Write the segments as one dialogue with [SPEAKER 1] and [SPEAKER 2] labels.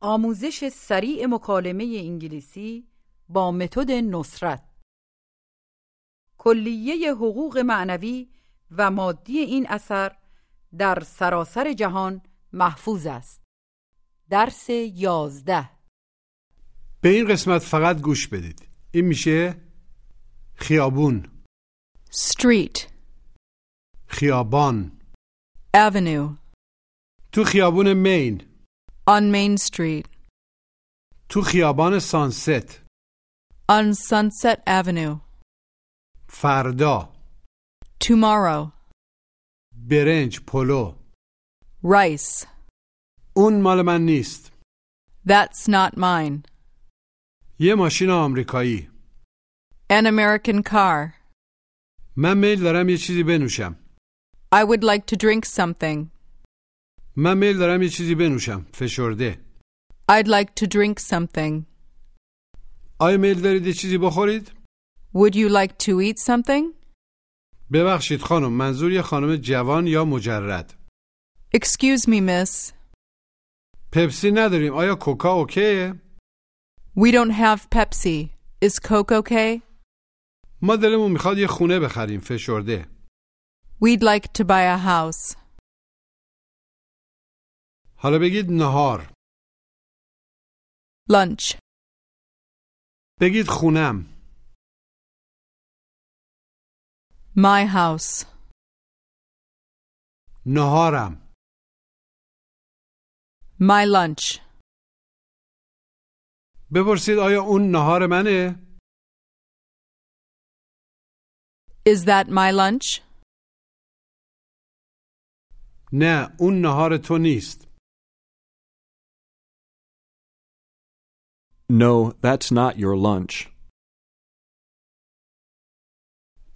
[SPEAKER 1] آموزش سریع مکالمه انگلیسی با متد نصرت کلیه حقوق معنوی و مادی این اثر در سراسر جهان محفوظ است درس یازده
[SPEAKER 2] به این قسمت فقط گوش بدید این میشه خیابون
[SPEAKER 3] Street,
[SPEAKER 2] خیابان
[SPEAKER 3] Avenue,
[SPEAKER 2] تو خیابون مین
[SPEAKER 3] on Main Street,
[SPEAKER 2] تو خیابان سانست
[SPEAKER 3] on Sunset Avenue,
[SPEAKER 2] فردا
[SPEAKER 3] tomorrow,
[SPEAKER 2] برنج پلو
[SPEAKER 3] rice,
[SPEAKER 2] اون مال من نیست
[SPEAKER 3] that's not mine,
[SPEAKER 2] یه ماشین آمریکایی
[SPEAKER 3] an American car.
[SPEAKER 2] من میل دارم یه چیزی بنوشم
[SPEAKER 3] I would like to drink something.
[SPEAKER 2] من میل دارم یه چیزی بنوشم فشرده
[SPEAKER 3] I'd like to drink something.
[SPEAKER 2] آیا میل دارید یه چیزی بخورید
[SPEAKER 3] Would you like to eat something?
[SPEAKER 2] ببخشید خانم منظور یه خانم جوان یا مجرد
[SPEAKER 3] Excuse me, miss.
[SPEAKER 2] پپسی نداریم آیا کوکا اوکیه
[SPEAKER 3] We don't have Pepsi. Is Coke okay?
[SPEAKER 2] ما دلمون میخواد یه خونه بخریم فشرده
[SPEAKER 3] We'd like to buy a house.
[SPEAKER 2] حالا بگید نهار
[SPEAKER 3] Lunch.
[SPEAKER 2] بگید خونم
[SPEAKER 3] My house.
[SPEAKER 2] نهارم
[SPEAKER 3] My lunch.
[SPEAKER 2] بپرسید آیا اون نهار منه؟
[SPEAKER 3] Is that my lunch?
[SPEAKER 2] نه اون نهار تو نیست
[SPEAKER 4] No, that's not your lunch.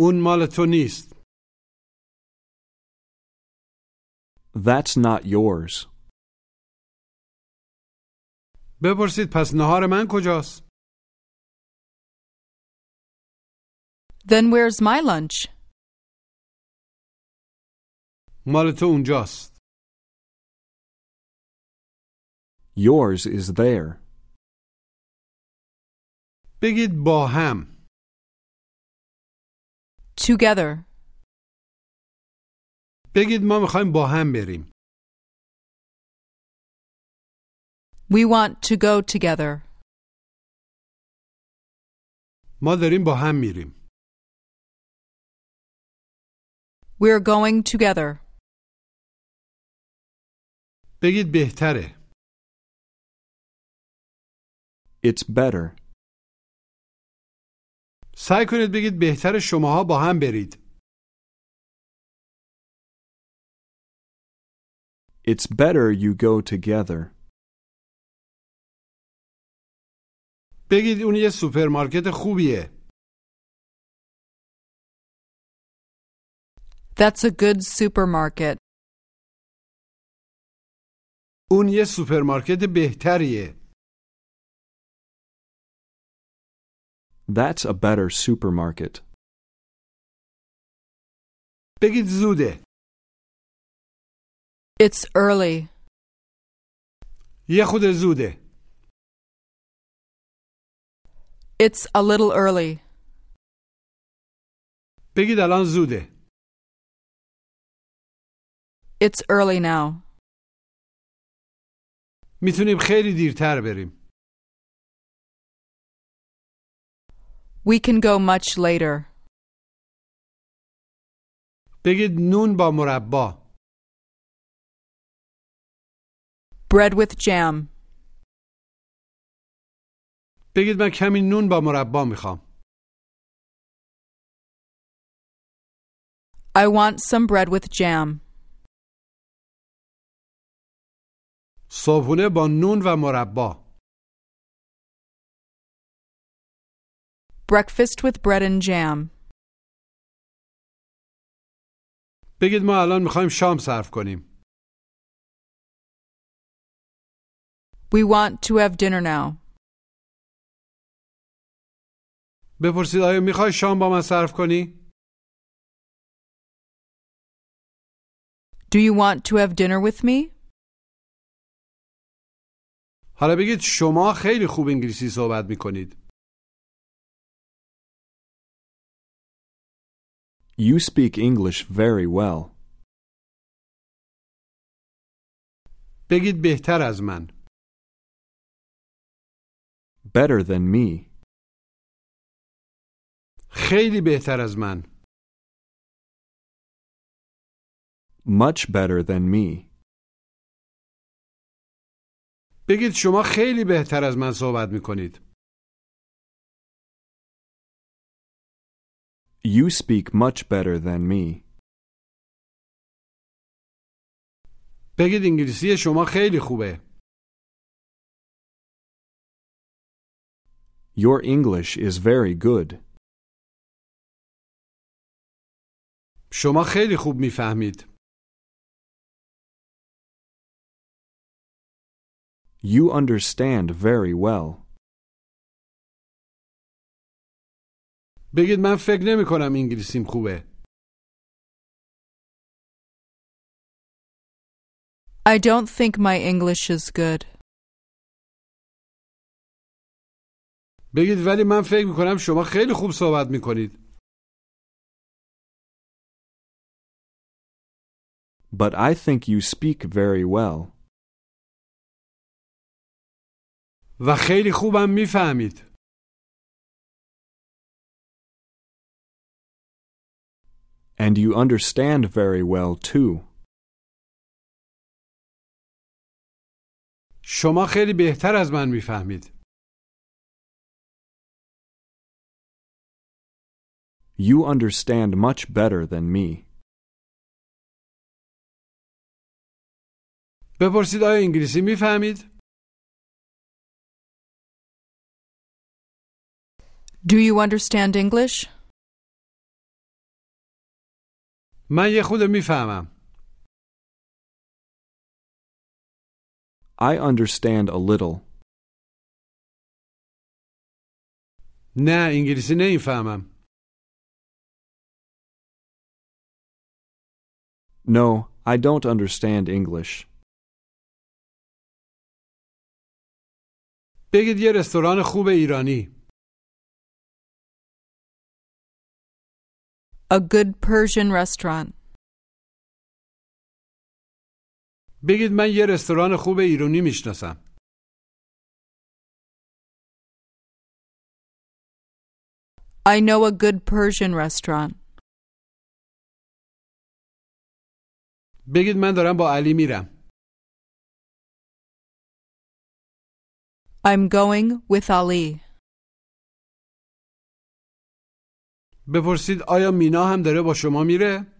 [SPEAKER 2] اون مال تو نیست
[SPEAKER 4] That's not yours.
[SPEAKER 2] بپرسید پس نهار من کجاست؟
[SPEAKER 3] Then where's my lunch?
[SPEAKER 2] مال تو اونجاست
[SPEAKER 4] Yours is there.
[SPEAKER 2] بگید با هم
[SPEAKER 3] Together.
[SPEAKER 2] بگید ما میخوایم با هم بریم
[SPEAKER 3] We want to go together.
[SPEAKER 2] ما داریم با هم میریم
[SPEAKER 3] We're going together.
[SPEAKER 2] بگید بهتره
[SPEAKER 4] It's better.
[SPEAKER 2] سعی کنید بگید بهتر شماها با هم برید
[SPEAKER 4] It's better you go together.
[SPEAKER 2] بگید اون یه سوپرمارکت خوبیه
[SPEAKER 3] That's a good supermarket.
[SPEAKER 2] اون یه سوپرمارکت بهتریه
[SPEAKER 4] That's a better supermarket.
[SPEAKER 2] بگید زوده
[SPEAKER 3] It's early.
[SPEAKER 2] یه خود زوده
[SPEAKER 3] It's a little early.
[SPEAKER 2] بگید الان زوده
[SPEAKER 3] It's early now.
[SPEAKER 2] میتونیم خیلی دیرتر بریم
[SPEAKER 3] We can go much later.
[SPEAKER 2] بگید نون با مربا
[SPEAKER 3] Bread with jam.
[SPEAKER 2] بگید من کمی نون با مربا میخوام
[SPEAKER 3] I want some bread with jam.
[SPEAKER 2] صبحونه با نون و مربا
[SPEAKER 3] Breakfast with bread and jam.
[SPEAKER 2] بگید ما الان میخوایم شام صرف کنیم
[SPEAKER 3] We want to have dinner now.
[SPEAKER 2] بپرسید آیا میخوای شام با من صرف کنی
[SPEAKER 3] Do you want to have dinner with me?
[SPEAKER 2] حالا بگید شما خیلی خوب انگلیسی صحبت می کنید.
[SPEAKER 4] You speak English very well.
[SPEAKER 2] بگید بهتر از من.
[SPEAKER 4] Better than me.
[SPEAKER 2] خیلی بهتر از من.
[SPEAKER 4] Much better than me.
[SPEAKER 2] بگید شما خیلی بهتر از من صحبت می کنید.
[SPEAKER 4] You speak much better than me.
[SPEAKER 2] بگید انگلیسی شما خیلی خوبه.
[SPEAKER 4] Your English is very good.
[SPEAKER 2] شما خیلی خوب میفهمید.
[SPEAKER 4] You understand very well.
[SPEAKER 2] بگید من فکر نمی کنم انگلیسیم خوبه.
[SPEAKER 3] I don't think my English is good.
[SPEAKER 2] بگید ولی من فکر می کنم شما خیلی خوب صحبت می کنید.
[SPEAKER 4] But I think you speak very well.
[SPEAKER 2] و خیلی خوبم میفهمید.
[SPEAKER 4] And you understand very well, too.
[SPEAKER 2] شما خیلی بهتر از من میفهمید.
[SPEAKER 4] You understand much better than me.
[SPEAKER 2] بپرسید آیا انگلیسی میفهمید؟
[SPEAKER 3] Do you understand English?
[SPEAKER 2] من یه خود میفهمم.
[SPEAKER 4] I understand a little.
[SPEAKER 2] نه انگلیسی نمیفهمم.
[SPEAKER 4] No, I don't understand English.
[SPEAKER 2] بگید یه رستوران خوب ایرانی.
[SPEAKER 3] A good Persian restaurant.
[SPEAKER 2] بگید من یه رستوران خوب ایرانی میشناسم.
[SPEAKER 3] I know a good Persian restaurant.
[SPEAKER 2] بگید من دارم با علی میرم.
[SPEAKER 3] I'm going with Ali.
[SPEAKER 2] بپرسید آیا مینا هم داره با شما میره؟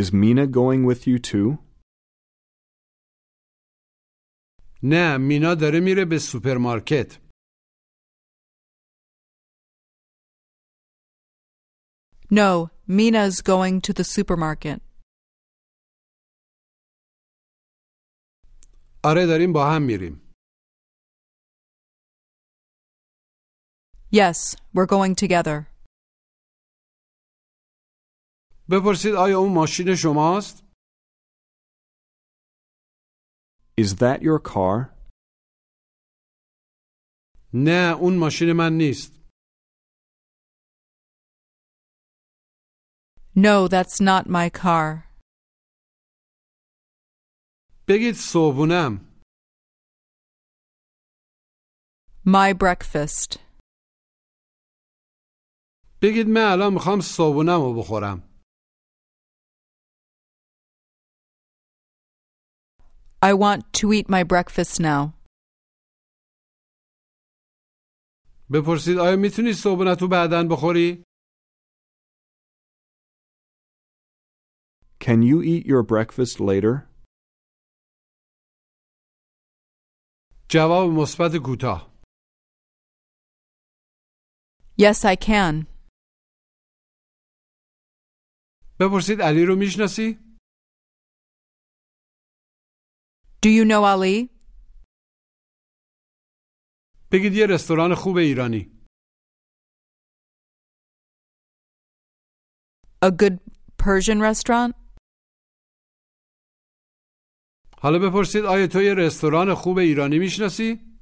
[SPEAKER 4] Is Mina going with you, too?
[SPEAKER 2] نه مینا داره میره به سوپرمارکت.
[SPEAKER 3] No, Mina is going to the supermarket.
[SPEAKER 2] آره داریم با هم میریم.
[SPEAKER 3] Yes, we're going together.
[SPEAKER 2] بپرسید آیا اون ماشین شماست؟
[SPEAKER 4] Is that your car?
[SPEAKER 2] نه اون ماشین من نیست.
[SPEAKER 3] No, that's not my car.
[SPEAKER 2] بگید صبحونم.
[SPEAKER 3] My breakfast.
[SPEAKER 2] بگید من الان میخوام صبحونم رو بخورم.
[SPEAKER 3] I want to eat my breakfast now.
[SPEAKER 2] بپرسید آیا میتونی صبحونتو بعدن بخوری؟
[SPEAKER 4] Can you eat your breakfast later?
[SPEAKER 2] جواب مثبت کوتاه.
[SPEAKER 3] Yes, I can.
[SPEAKER 2] بپرسید علی رو میشناسی؟
[SPEAKER 3] Do you know Ali?
[SPEAKER 2] بگید یه رستوران خوب ایرانی.
[SPEAKER 3] A good Persian restaurant?
[SPEAKER 2] حالا بپرسید آیا تو یه رستوران خوب ایرانی میشناسی؟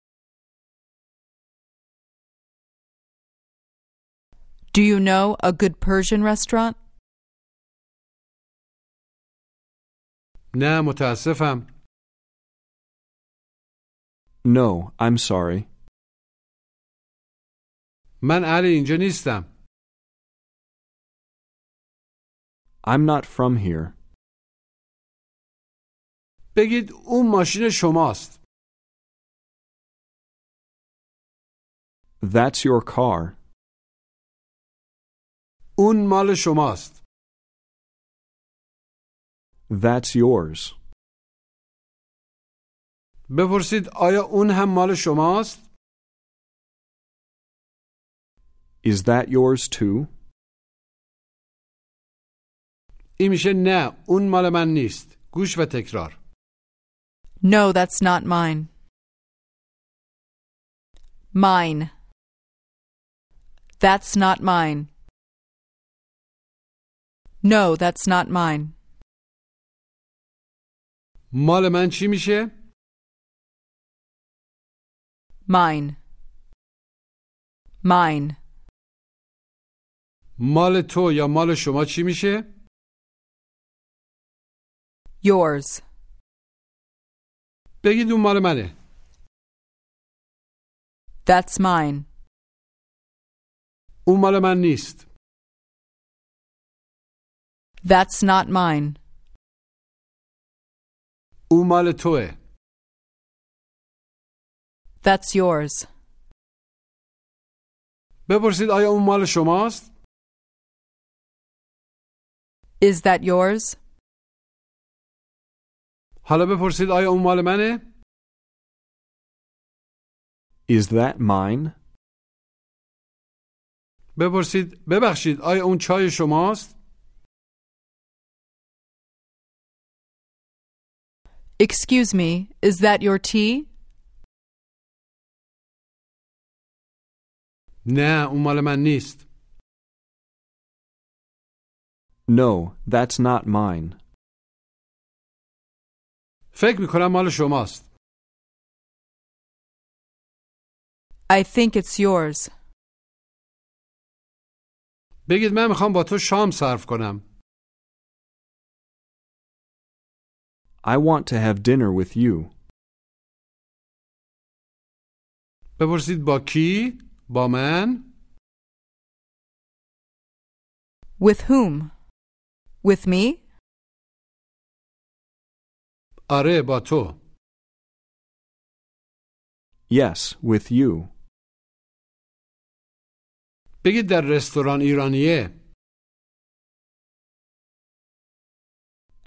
[SPEAKER 3] Do you know a good Persian restaurant?
[SPEAKER 2] نه متاسفم
[SPEAKER 4] No, I'm sorry.
[SPEAKER 2] من اهل اینجا نیستم
[SPEAKER 4] I'm not from here.
[SPEAKER 2] بگید اون ماشین شماست
[SPEAKER 4] That's your car.
[SPEAKER 2] اون مال شماست
[SPEAKER 4] That's yours.
[SPEAKER 2] بپرسید آیا اون هم مال شماست؟
[SPEAKER 4] Is that yours too?
[SPEAKER 2] این میشه نه اون مال من نیست گوش و تکرار
[SPEAKER 3] No, that's not mine. Mine. That's not mine. No, that's not mine.
[SPEAKER 2] مال من چی میشه؟
[SPEAKER 3] Mine. Mine.
[SPEAKER 2] مال تو یا مال شما چی میشه؟
[SPEAKER 3] Yours.
[SPEAKER 2] بگید اون مال منه
[SPEAKER 3] That's mine.
[SPEAKER 2] اون مال من نیست
[SPEAKER 3] That's not mine.
[SPEAKER 2] اون مال توه
[SPEAKER 3] That's yours.
[SPEAKER 2] بپرسید آیا اون مال شماست؟
[SPEAKER 3] Is that yours?
[SPEAKER 2] حالا بپرسید آیا اون مال منه؟
[SPEAKER 4] Is that mine?
[SPEAKER 2] بپرسید ببخشید آیا اون چای شماست؟
[SPEAKER 3] Excuse me, is that your tea?
[SPEAKER 2] نه اون مال من نیست
[SPEAKER 4] No, that's not mine.
[SPEAKER 2] فکر میکنم مال شماست
[SPEAKER 3] I think it's yours.
[SPEAKER 2] بگید من میخوام با تو شام صرف کنم
[SPEAKER 4] I want to have dinner with you.
[SPEAKER 2] بپرسید با کی؟ با من؟
[SPEAKER 3] With whom? With me?
[SPEAKER 2] آره با تو
[SPEAKER 4] Yes, with you.
[SPEAKER 2] بگید در رستوران ایرانیه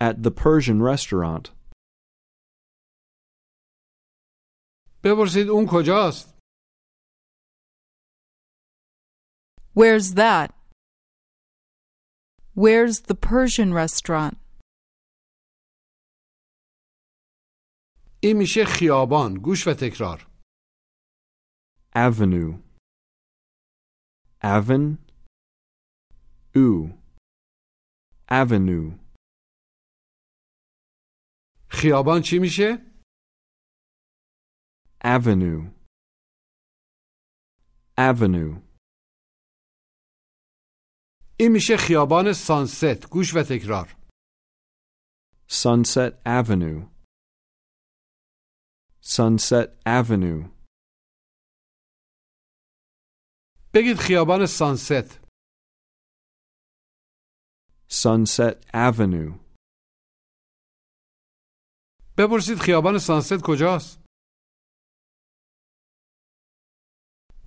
[SPEAKER 4] At the Persian restaurant.
[SPEAKER 2] بپرسید اون کجاست
[SPEAKER 3] Where's that? Where's the Persian restaurant?
[SPEAKER 2] این میشه خیابان گوش و تکرار
[SPEAKER 4] Avenue. Aven. Ooh. Avenue.
[SPEAKER 2] خیابان چی میشه
[SPEAKER 4] Avenue. Avenue.
[SPEAKER 2] این میشه خیابان سانست گوش و تکرار
[SPEAKER 4] Sunset Avenue. Sunset Avenue.
[SPEAKER 2] بگید خیابان سانست
[SPEAKER 4] Sunset Avenue.
[SPEAKER 2] بپرسید خیابان سانست کجاست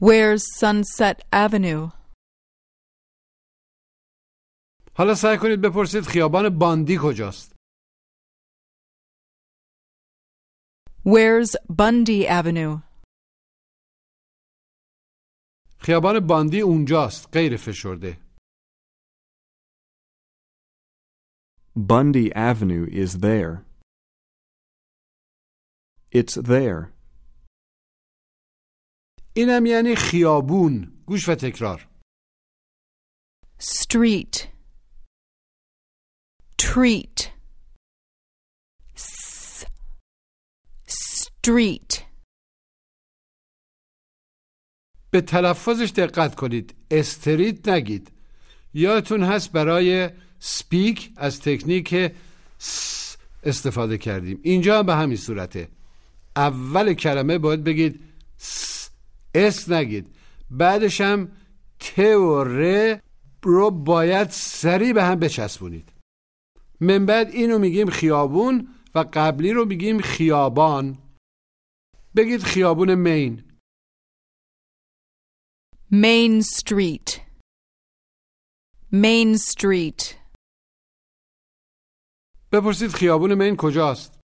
[SPEAKER 3] Where's Sunset Avenue?
[SPEAKER 2] حالا سعی کنید بپرسید خیابان باندی کجاست
[SPEAKER 3] Where's Bundy Avenue?
[SPEAKER 2] خیابان باندی اونجاست غیر فشرده
[SPEAKER 4] Bundy Avenue is there. It's there.
[SPEAKER 2] اینم یعنی خیابون گوش و تکرار
[SPEAKER 3] Street. Treat. S. Street.
[SPEAKER 2] به تلفظش دقت کنید استریت نگید یادتون هست برای سپیک از تکنیک س استفاده کردیم اینجا هم به همین صورته اول کلمه باید بگید س اس نگید بعدش هم ت و ر رو باید سریع به هم بچسبونید من بعد اینو میگیم خیابون و قبلی رو میگیم خیابان بگید خیابون مین
[SPEAKER 3] Main Street. Main Street.
[SPEAKER 2] بپرسید خیابون مین کجاست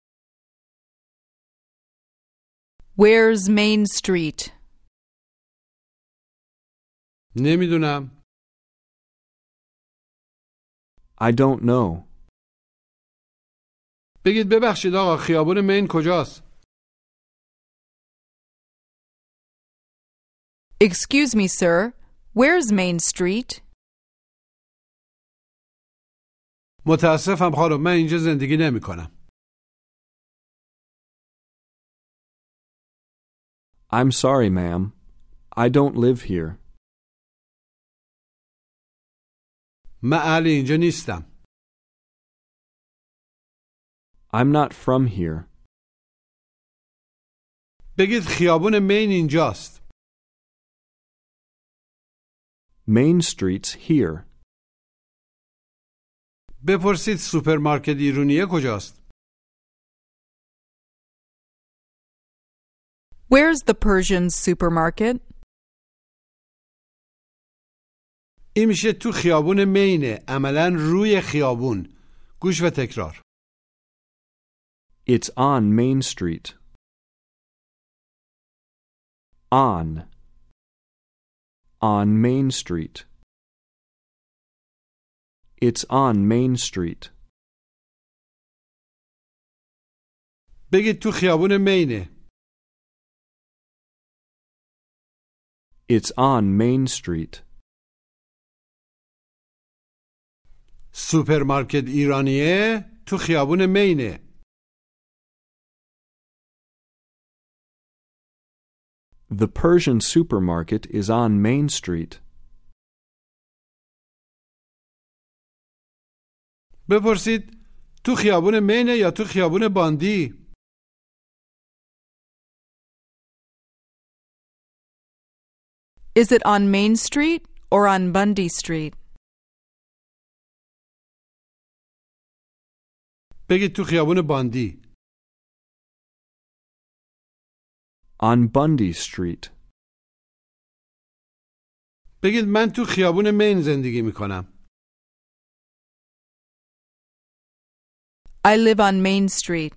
[SPEAKER 3] Where's Main Street?
[SPEAKER 2] نمیدونم
[SPEAKER 4] I don't know.
[SPEAKER 2] بگید ببخشید آقا خیابون مین کجاست
[SPEAKER 3] Excuse me, sir. Where's Main Street?
[SPEAKER 2] متاسفم خانم من اینجا زندگی نمی کنم
[SPEAKER 4] I'm sorry, ma'am. I don't live here.
[SPEAKER 2] من اهل اینجا نیستم
[SPEAKER 4] I'm not from here.
[SPEAKER 2] بگید خیابون مین اینجاست
[SPEAKER 4] Main Street's here.
[SPEAKER 2] بپرسید سوپرمارکت ایرونیه کجاست
[SPEAKER 3] Where's the Persian supermarket?
[SPEAKER 2] این میشه تو خیابون مینه عملا روی خیابون گوش و تکرار
[SPEAKER 4] It's on Main Street. On. On Main Street. It's on Main Street.
[SPEAKER 2] بگید تو خیابون مینه
[SPEAKER 4] It's on Main Street.
[SPEAKER 2] سوپرمارکت ایرانیه تو خیابون مینه
[SPEAKER 4] The Persian supermarket is on Main Street.
[SPEAKER 2] بپرسید تو خیابون مینه یا تو خیابون باندی
[SPEAKER 3] Is it on Main Street or on Bundy Street?
[SPEAKER 2] بگید تو خیابون باندی
[SPEAKER 4] On Bundy Street.
[SPEAKER 2] بگید من تو خیابون مین زندگی میکنم
[SPEAKER 3] I live on Main Street.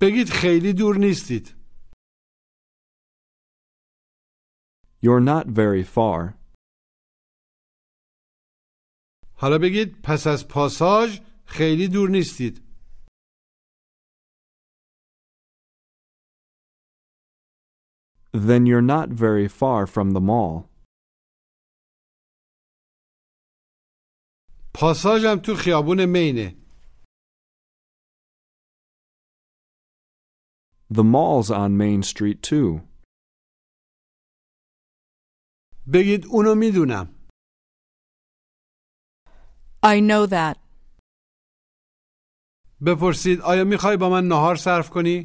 [SPEAKER 2] بگید خیلی دور نیستید
[SPEAKER 4] You're not very far.
[SPEAKER 2] حالا بگید پس از پاساژ خیلی دور نیستید
[SPEAKER 4] Then you're not very far from the mall.
[SPEAKER 2] پاساژم تو خیابون مینه
[SPEAKER 4] The mall's on Main Street, too.
[SPEAKER 2] بگید اونو میدونم
[SPEAKER 3] I know that.
[SPEAKER 2] بپرسید آیا میخوای با من نهار صرف کنی؟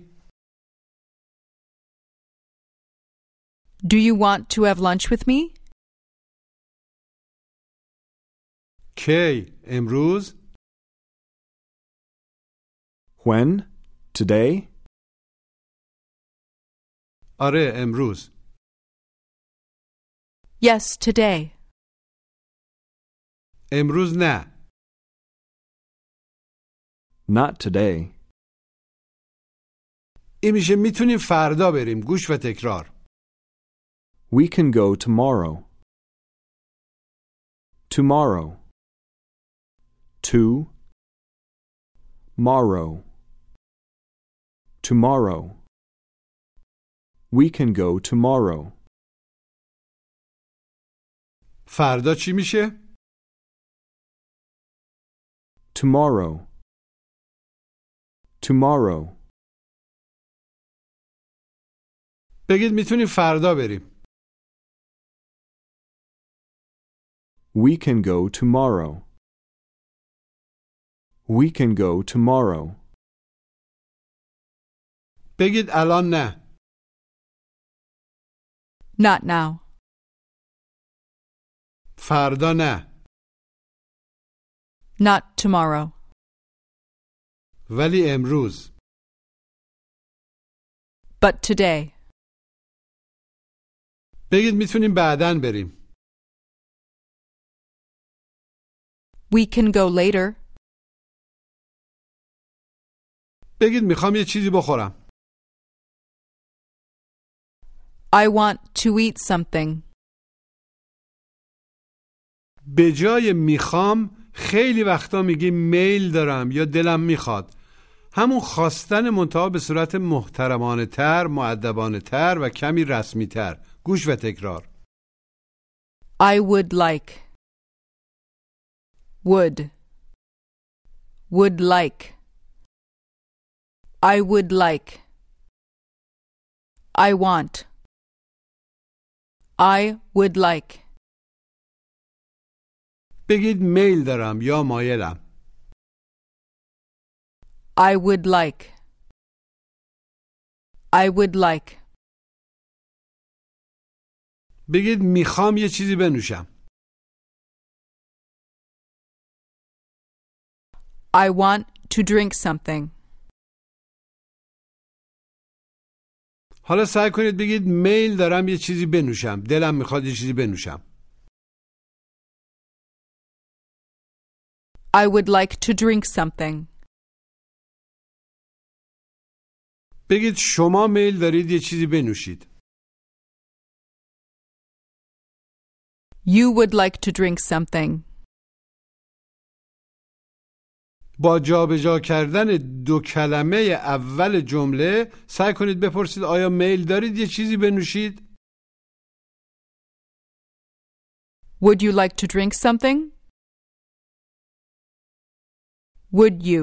[SPEAKER 3] Do you want to have lunch with me?
[SPEAKER 2] کی امروز
[SPEAKER 4] When? Today?
[SPEAKER 2] آره امروز
[SPEAKER 3] Yes, today.
[SPEAKER 2] امروز نه
[SPEAKER 4] Not today.
[SPEAKER 2] این میشه میتونیم فردا بریم گوش و تکرار
[SPEAKER 4] We can go tomorrow. Tomorrow. To. Morrow. Tomorrow. We can go tomorrow.
[SPEAKER 2] فردا چی میشه؟
[SPEAKER 4] Tomorrow. Tomorrow.
[SPEAKER 2] بگید میتونیم فردا بریم
[SPEAKER 4] We can go tomorrow. We can go tomorrow.
[SPEAKER 2] بگید الان نه
[SPEAKER 3] Not now.
[SPEAKER 2] فردا نه
[SPEAKER 3] Not tomorrow.
[SPEAKER 2] ولی امروز
[SPEAKER 3] But today.
[SPEAKER 2] بگید میتونیم بعدا بریم
[SPEAKER 3] We can go later.
[SPEAKER 2] بگید میخوام یه چیزی بخورم
[SPEAKER 3] I want to eat something.
[SPEAKER 2] به جای میخوام خیلی وقتا میگی میل دارم یا دلم میخواد همون خواستن منتها به صورت محترمانه تر معدبانه تر و کمی رسمی تر گوش و تکرار
[SPEAKER 3] I would like. Would. Would like. I would like. I want. I would like.
[SPEAKER 2] بگید میل دارم یا مایلم
[SPEAKER 3] I would like. I would like.
[SPEAKER 2] بگید میخوام یه چیزی بنوشم
[SPEAKER 3] I want to drink something.
[SPEAKER 2] حالا سعی کنید بگید میل دارم یه چیزی بنوشم دلم میخواد یه چیزی بنوشم
[SPEAKER 3] I would like to drink something.
[SPEAKER 2] بگید شما میل دارید یه چیزی بنوشید
[SPEAKER 3] You would like to drink something.
[SPEAKER 2] با جابجا کردن دو کلمه اول جمله سعی کنید بپرسید آیا میل دارید یه چیزی بنوشید
[SPEAKER 3] Would you like to drink something? Would you?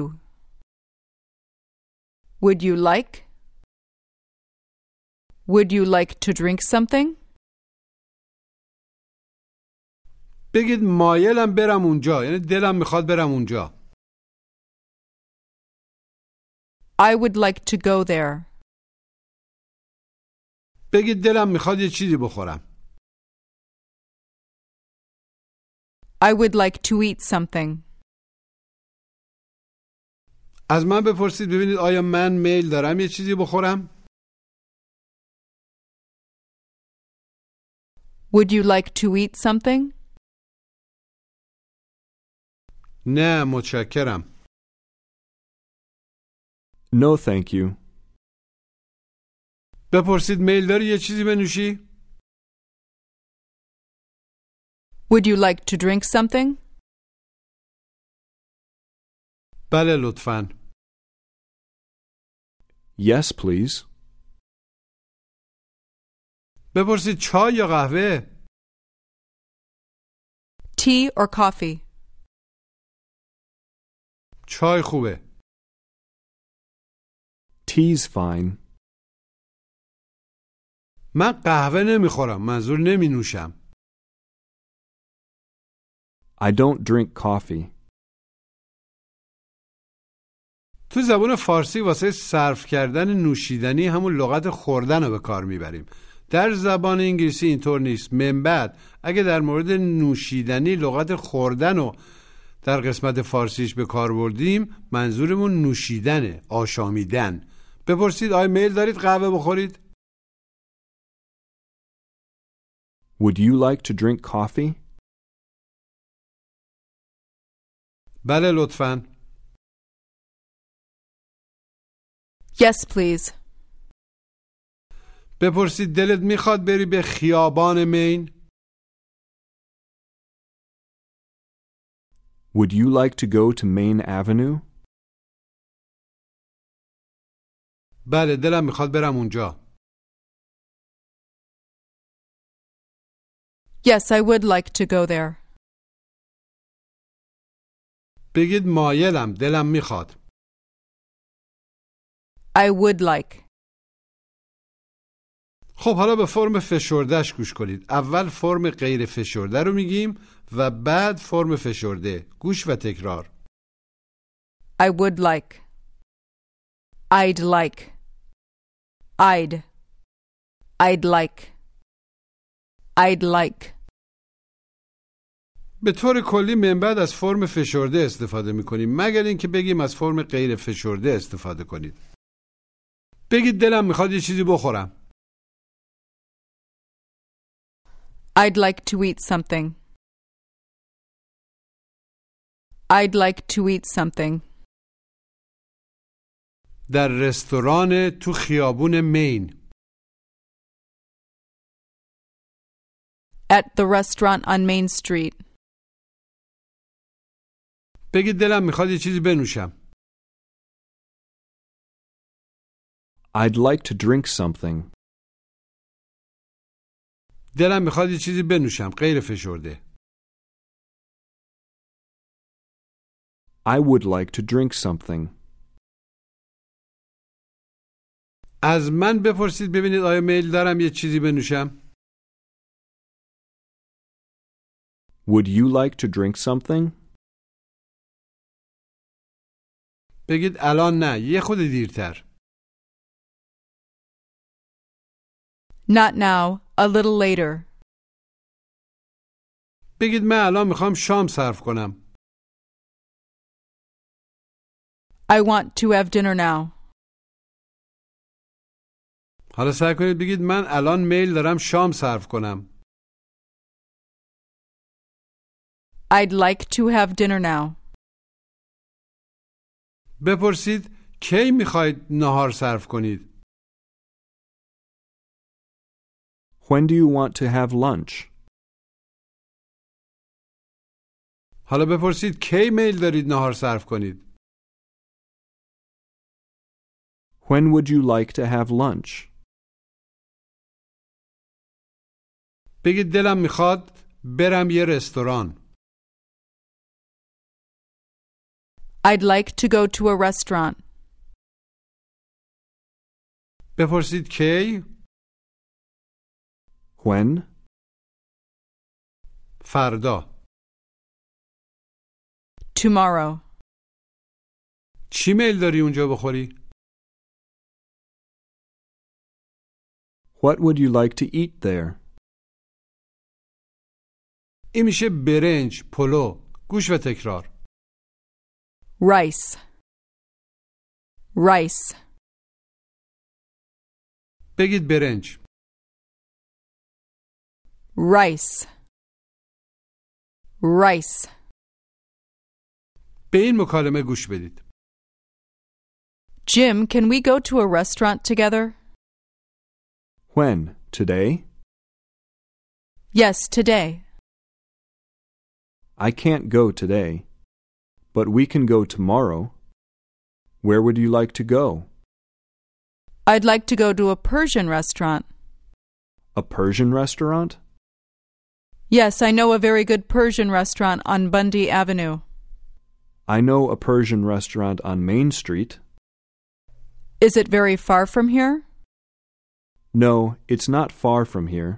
[SPEAKER 3] Would you like? Would you like to drink something?
[SPEAKER 2] بگید مایلم برم اونجا یعنی دلم میخواد برم اونجا
[SPEAKER 3] I would like to go there.
[SPEAKER 2] بگید دلم میخواد یه چیزی بخورم
[SPEAKER 3] I would like to eat something.
[SPEAKER 2] از من بپرسید ببینید آیا من میل دارم یه چیزی بخورم
[SPEAKER 3] Would you like to eat something?
[SPEAKER 2] نه متشکرم
[SPEAKER 4] No, thank you.
[SPEAKER 2] بپرسید میل داری یه چیزی بنوشی
[SPEAKER 3] Would you like to drink something?
[SPEAKER 2] بله لطفاً
[SPEAKER 4] Yes, please.
[SPEAKER 2] بپرسید چای یا قهوه
[SPEAKER 3] Tea or coffee?
[SPEAKER 2] چای خوبه
[SPEAKER 4] Tea's fine.
[SPEAKER 2] من قهوه نمیخورم منظور نمی نوشم
[SPEAKER 4] I don't drink coffee.
[SPEAKER 2] تو زبان فارسی واسه صرف کردن نوشیدنی همون لغت خوردن رو به کار میبریم در زبان انگلیسی اینطور نیست من بعد اگه در مورد نوشیدنی لغت خوردن رو در قسمت فارسیش به کار بردیم منظورمون نوشیدنه آشامیدن بپرسید آیا میل دارید قهوه بخورید
[SPEAKER 4] Would you like to drink coffee?
[SPEAKER 2] بله لطفاً
[SPEAKER 3] Yes, please.
[SPEAKER 2] بپرسید دلت میخواد بری به خیابان مین
[SPEAKER 4] Would you like to go to Main Avenue?
[SPEAKER 2] بله دلم میخواد برم اونجا
[SPEAKER 3] Yes, I would like to go there.
[SPEAKER 2] بگید مایلم دلم میخواد
[SPEAKER 3] I would like.
[SPEAKER 2] خب حالا به فرم فشردهش گوش کنید اول فرم غیر فشرده رو میگیم و بعد فرم فشرده گوش و تکرار
[SPEAKER 3] I would like. I'd like. I'd. I'd like. I'd like.
[SPEAKER 2] به طور کلی من بعد از فرم فشرده استفاده میکنیم مگر اینکه بگیم از فرم غیر فشرده استفاده کنید بگید دلم میخواد یه چیزی بخورم
[SPEAKER 3] I'd like to eat something. I'd like to eat something.
[SPEAKER 2] در رستوران تو خیابون مین
[SPEAKER 3] At the restaurant on Main Street.
[SPEAKER 2] بگید دلم میخواد یه چیزی بنوشم
[SPEAKER 4] I'd like to drink something.
[SPEAKER 2] دلم میخواد یه چیزی بنوشم غیر فشرده
[SPEAKER 4] I would like to drink something.
[SPEAKER 2] از من بپرسید ببینید آیا میل دارم یه چیزی بنوشم
[SPEAKER 4] Would you like to drink something?
[SPEAKER 2] بگید الان نه یه خود دیرتر
[SPEAKER 3] Not now, a little later.
[SPEAKER 2] بگید من الان میخوام شام صرف کنم
[SPEAKER 3] I want to have dinner now.
[SPEAKER 2] حالا سعی کنید بگید من الان میل دارم شام صرف کنم
[SPEAKER 3] I'd like to have dinner now.
[SPEAKER 2] بپرسید کی میخواید نهار صرف کنید
[SPEAKER 4] When do you want to have lunch?
[SPEAKER 2] حالا بپرسید کی میل دارید نهار صرف کنید
[SPEAKER 4] When would you like to have lunch?
[SPEAKER 2] بگید دلم میخواد برم یه رستوران
[SPEAKER 3] I'd like to go to a restaurant.
[SPEAKER 2] بپرسید کی
[SPEAKER 4] When?
[SPEAKER 2] فردا
[SPEAKER 3] Tomorrow.
[SPEAKER 2] چی میل داری اونجا بخوری
[SPEAKER 4] What would you like to eat there?
[SPEAKER 2] این میشه برنج پلو گوش و تکرار
[SPEAKER 3] Rice. Rice.
[SPEAKER 2] بگید برنج
[SPEAKER 3] Rice. Rice.
[SPEAKER 2] به این مکالمه گوش بدید
[SPEAKER 3] Jim, can we go to a restaurant together?
[SPEAKER 4] When? Today?
[SPEAKER 3] Yes, today.
[SPEAKER 4] I can't go today. But we can go tomorrow. Where would you like to go?
[SPEAKER 3] I'd like to go to a Persian restaurant.
[SPEAKER 4] A Persian restaurant?
[SPEAKER 3] Yes, I know a very good Persian restaurant on Bundy Avenue.
[SPEAKER 4] I know a Persian restaurant on Main Street.
[SPEAKER 3] Is it very far from here?
[SPEAKER 4] No, it's not far from here.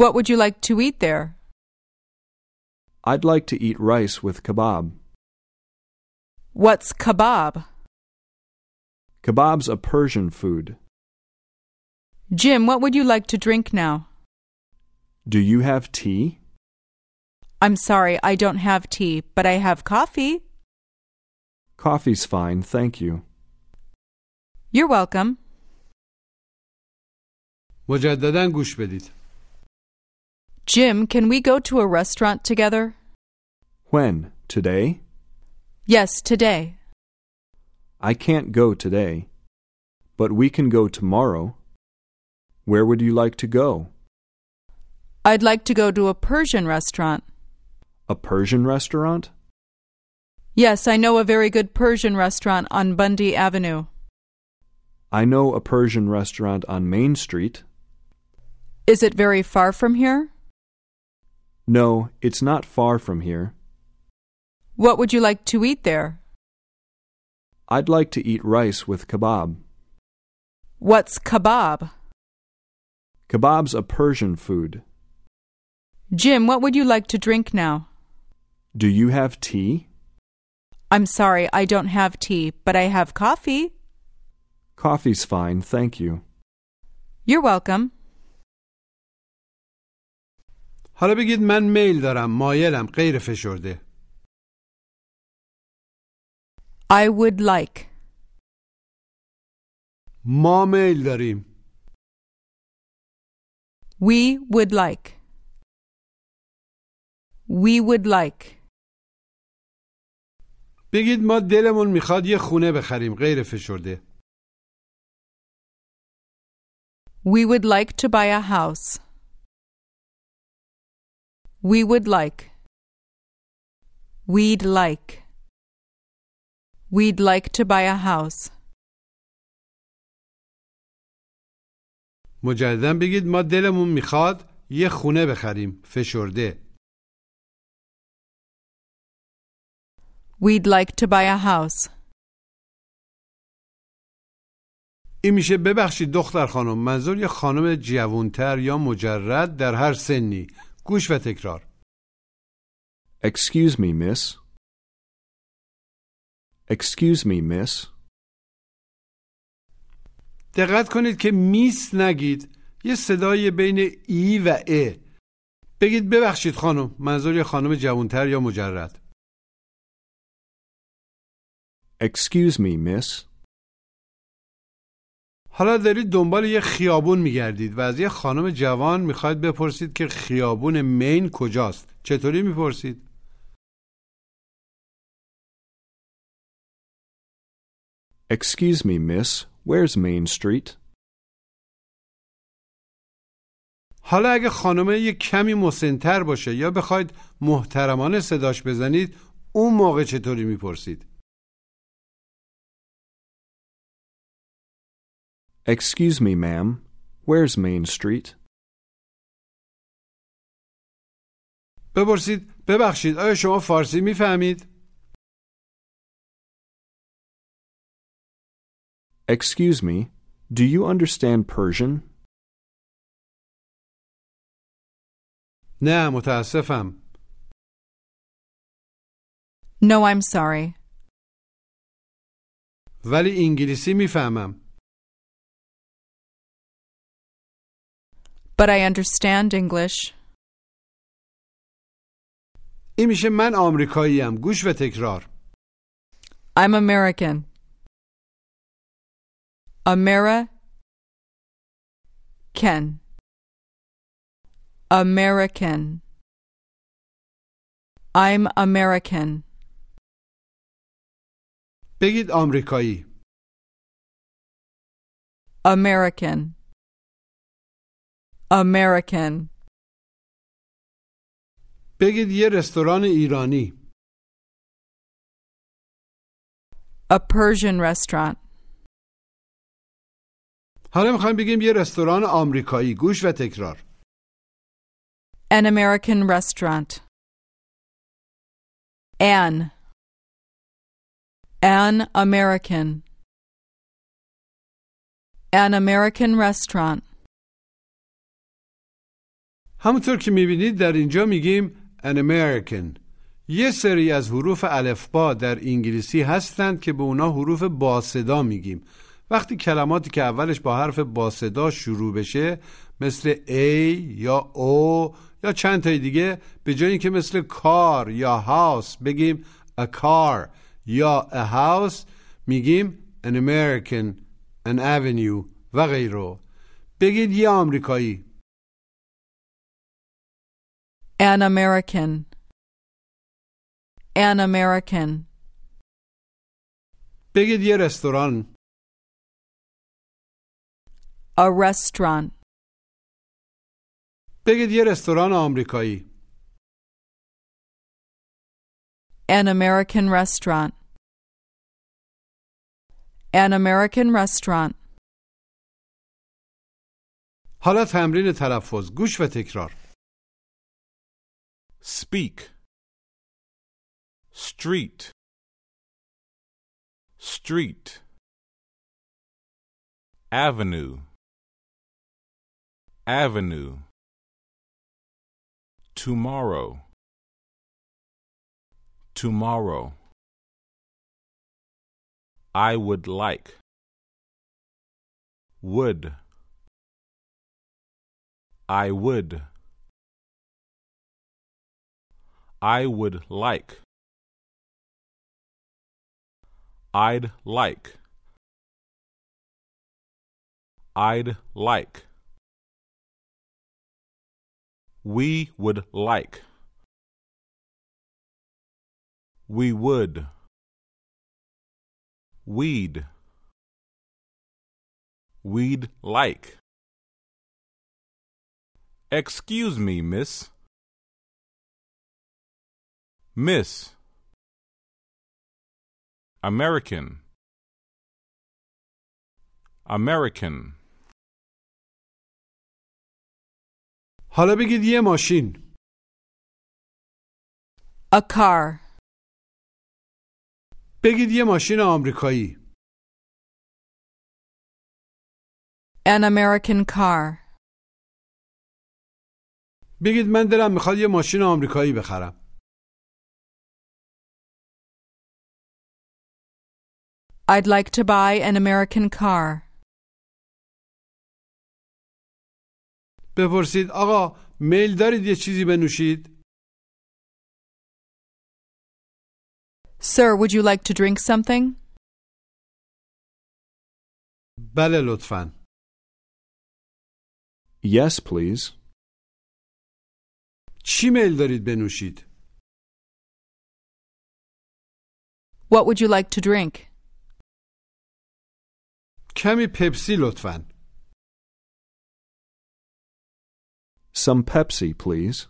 [SPEAKER 3] What would you like to eat there?
[SPEAKER 4] I'd like to eat rice with kebab.
[SPEAKER 3] What's kebab?
[SPEAKER 4] Kebab's a Persian food.
[SPEAKER 3] Jim, what would you like to drink now?
[SPEAKER 4] Do you have tea?
[SPEAKER 3] I'm sorry, I don't have tea, but I have coffee.
[SPEAKER 4] Coffee's fine, thank you.
[SPEAKER 3] You're welcome.
[SPEAKER 2] مجددا گوش بدید
[SPEAKER 3] Jim, can we go to a restaurant together?
[SPEAKER 4] When? Today?
[SPEAKER 3] Yes, today.
[SPEAKER 4] I can't go today. But we can go tomorrow. Where would you like to go?
[SPEAKER 3] I'd like to go to a Persian restaurant.
[SPEAKER 4] A Persian restaurant?
[SPEAKER 3] Yes, I know a very good Persian restaurant on Bundy Avenue.
[SPEAKER 4] I know a Persian restaurant on Main Street.
[SPEAKER 3] Is it very far from here?
[SPEAKER 4] No, it's not far from here.
[SPEAKER 3] What would you like to eat there?
[SPEAKER 4] I'd like to eat rice with kebab.
[SPEAKER 3] What's kebab?
[SPEAKER 4] Kebab's a Persian food.
[SPEAKER 3] Jim, what would you like to drink now?
[SPEAKER 4] Do you have tea?
[SPEAKER 3] I'm sorry, I don't have tea, but I have coffee.
[SPEAKER 4] Coffee's fine, thank you.
[SPEAKER 3] You're welcome.
[SPEAKER 2] حالا بگید من میل دارم مایلم غیر فشرده
[SPEAKER 3] I would like.
[SPEAKER 2] ما میل داریم
[SPEAKER 3] We would like. We would like.
[SPEAKER 2] بگید ما دلمون میخواد یه خونه بخریم غیر فشرده
[SPEAKER 3] We would like to buy a house. We would like. We'd like. We'd like to buy a house.
[SPEAKER 2] مجددا بگید ما دلمون میخواد یه خونه بخریم فشرده
[SPEAKER 3] We'd like to buy a house.
[SPEAKER 2] این میشه ببخشید دختر خانم منظور یه خانم جوانتر یا مجرد در هر سنی گوش و تکرار
[SPEAKER 4] Excuse me, miss. Excuse me, miss.
[SPEAKER 2] دقت کنید که میس نگید یه صدای بین ای و ا بگید ببخشید خانم منظور یه خانم جوانتر یا مجرد
[SPEAKER 4] Excuse me, miss.
[SPEAKER 2] حالا دارید دنبال یه خیابون میگردید و از یه خانم جوان میخواید بپرسید که خیابون مین کجاست چطوری میپرسید؟
[SPEAKER 4] Excuse me, miss. Where's Main Street?
[SPEAKER 2] حالا اگه خانمه یه کمی مسنتر باشه یا بخواید محترمانه صداش بزنید اون موقع چطوری میپرسید؟
[SPEAKER 4] Excuse me, ma'am. Where's Main Street?
[SPEAKER 2] بپرسید ببخشید آیا شما فارسی میفهمید؟
[SPEAKER 4] Excuse me. Do you understand Persian?
[SPEAKER 2] نه متاسفم
[SPEAKER 3] No, I'm sorry.
[SPEAKER 2] ولی انگلیسی میفهمم
[SPEAKER 3] But I understand English.
[SPEAKER 2] این میشه من آمریکاییم گوش و تکرار
[SPEAKER 3] I'm American. Amera Ken. American. I'm American.
[SPEAKER 2] بگید آمریکایی
[SPEAKER 3] American. American.
[SPEAKER 2] بگید یه رستوران ایرانی
[SPEAKER 3] A Persian restaurant.
[SPEAKER 2] حالا میخوایم بگیم یه رستوران آمریکایی گوش و تکرار
[SPEAKER 3] An American restaurant. An. An American. An American restaurant.
[SPEAKER 2] همونطور که میبینید در اینجا میگیم an American یه سری از حروف الفبا در انگلیسی هستند که به اونا حروف باصدا میگیم وقتی کلماتی که اولش با حرف باصدا شروع بشه مثل A یا O یا چند تای دیگه به جای اینکه مثل کار یا هاوس بگیم a car یا a house میگیم an American an avenue و غیره بگید یه آمریکایی
[SPEAKER 3] An American. An American.
[SPEAKER 2] بگید یه رستوران
[SPEAKER 3] A restaurant.
[SPEAKER 2] بگید یه رستوران آمریکایی
[SPEAKER 3] An American restaurant. An American restaurant.
[SPEAKER 2] حالا تمرین تلفظ گوش و تکرار
[SPEAKER 5] Speak. Street. Street. Avenue. Avenue. Tomorrow. Tomorrow. I would like. Would. I would. I would like. I'd like. I'd like. We would like. We would. We'd. We'd like. Excuse me, miss. Miss. American. American.
[SPEAKER 2] حالا بگید یه ماشین
[SPEAKER 3] A car.
[SPEAKER 2] بگید یه ماشین آمریکایی
[SPEAKER 3] An American car.
[SPEAKER 2] بگید من دلم میخواد یه ماشین آمریکایی بخرم
[SPEAKER 3] I'd like to buy an American car.
[SPEAKER 2] بپرسید آقا میل دارید یه چیزی بنوشید
[SPEAKER 3] Sir, would you like to drink something?
[SPEAKER 2] بله لطفا
[SPEAKER 4] Yes, please.
[SPEAKER 2] چی میل دارید بنوشید
[SPEAKER 3] What would you like to drink?
[SPEAKER 2] کمی پپسی لطفا
[SPEAKER 4] Some Pepsi, please.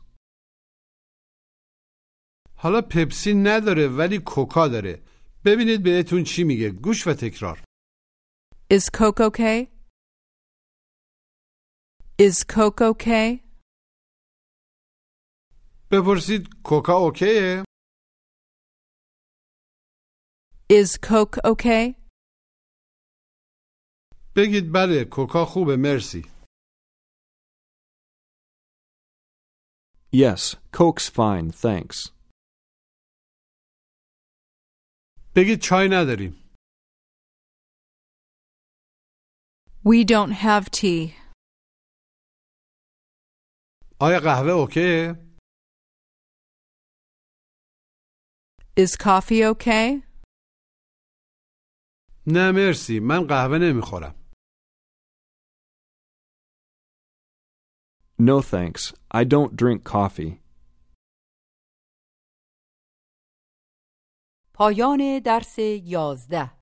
[SPEAKER 2] حالا پپسی نداره ولی کوکا داره ببینید بهتون چی میگه گوش و تکرار
[SPEAKER 3] Is Coke okay? Is Coke okay?
[SPEAKER 2] بپرسید کوکا اوکیه
[SPEAKER 3] Is Coke okay?
[SPEAKER 2] بگید بله کوکا خوبه مرسی
[SPEAKER 4] Yes, Coke's fine, thanks.
[SPEAKER 2] بگید چای نداریم
[SPEAKER 3] We don't have tea.
[SPEAKER 2] آیا قهوه اوکیه
[SPEAKER 3] Is coffee okay?
[SPEAKER 2] نه مرسی من قهوه نمیخورم
[SPEAKER 4] No thanks, I don't drink coffee.
[SPEAKER 1] پایان درس یازده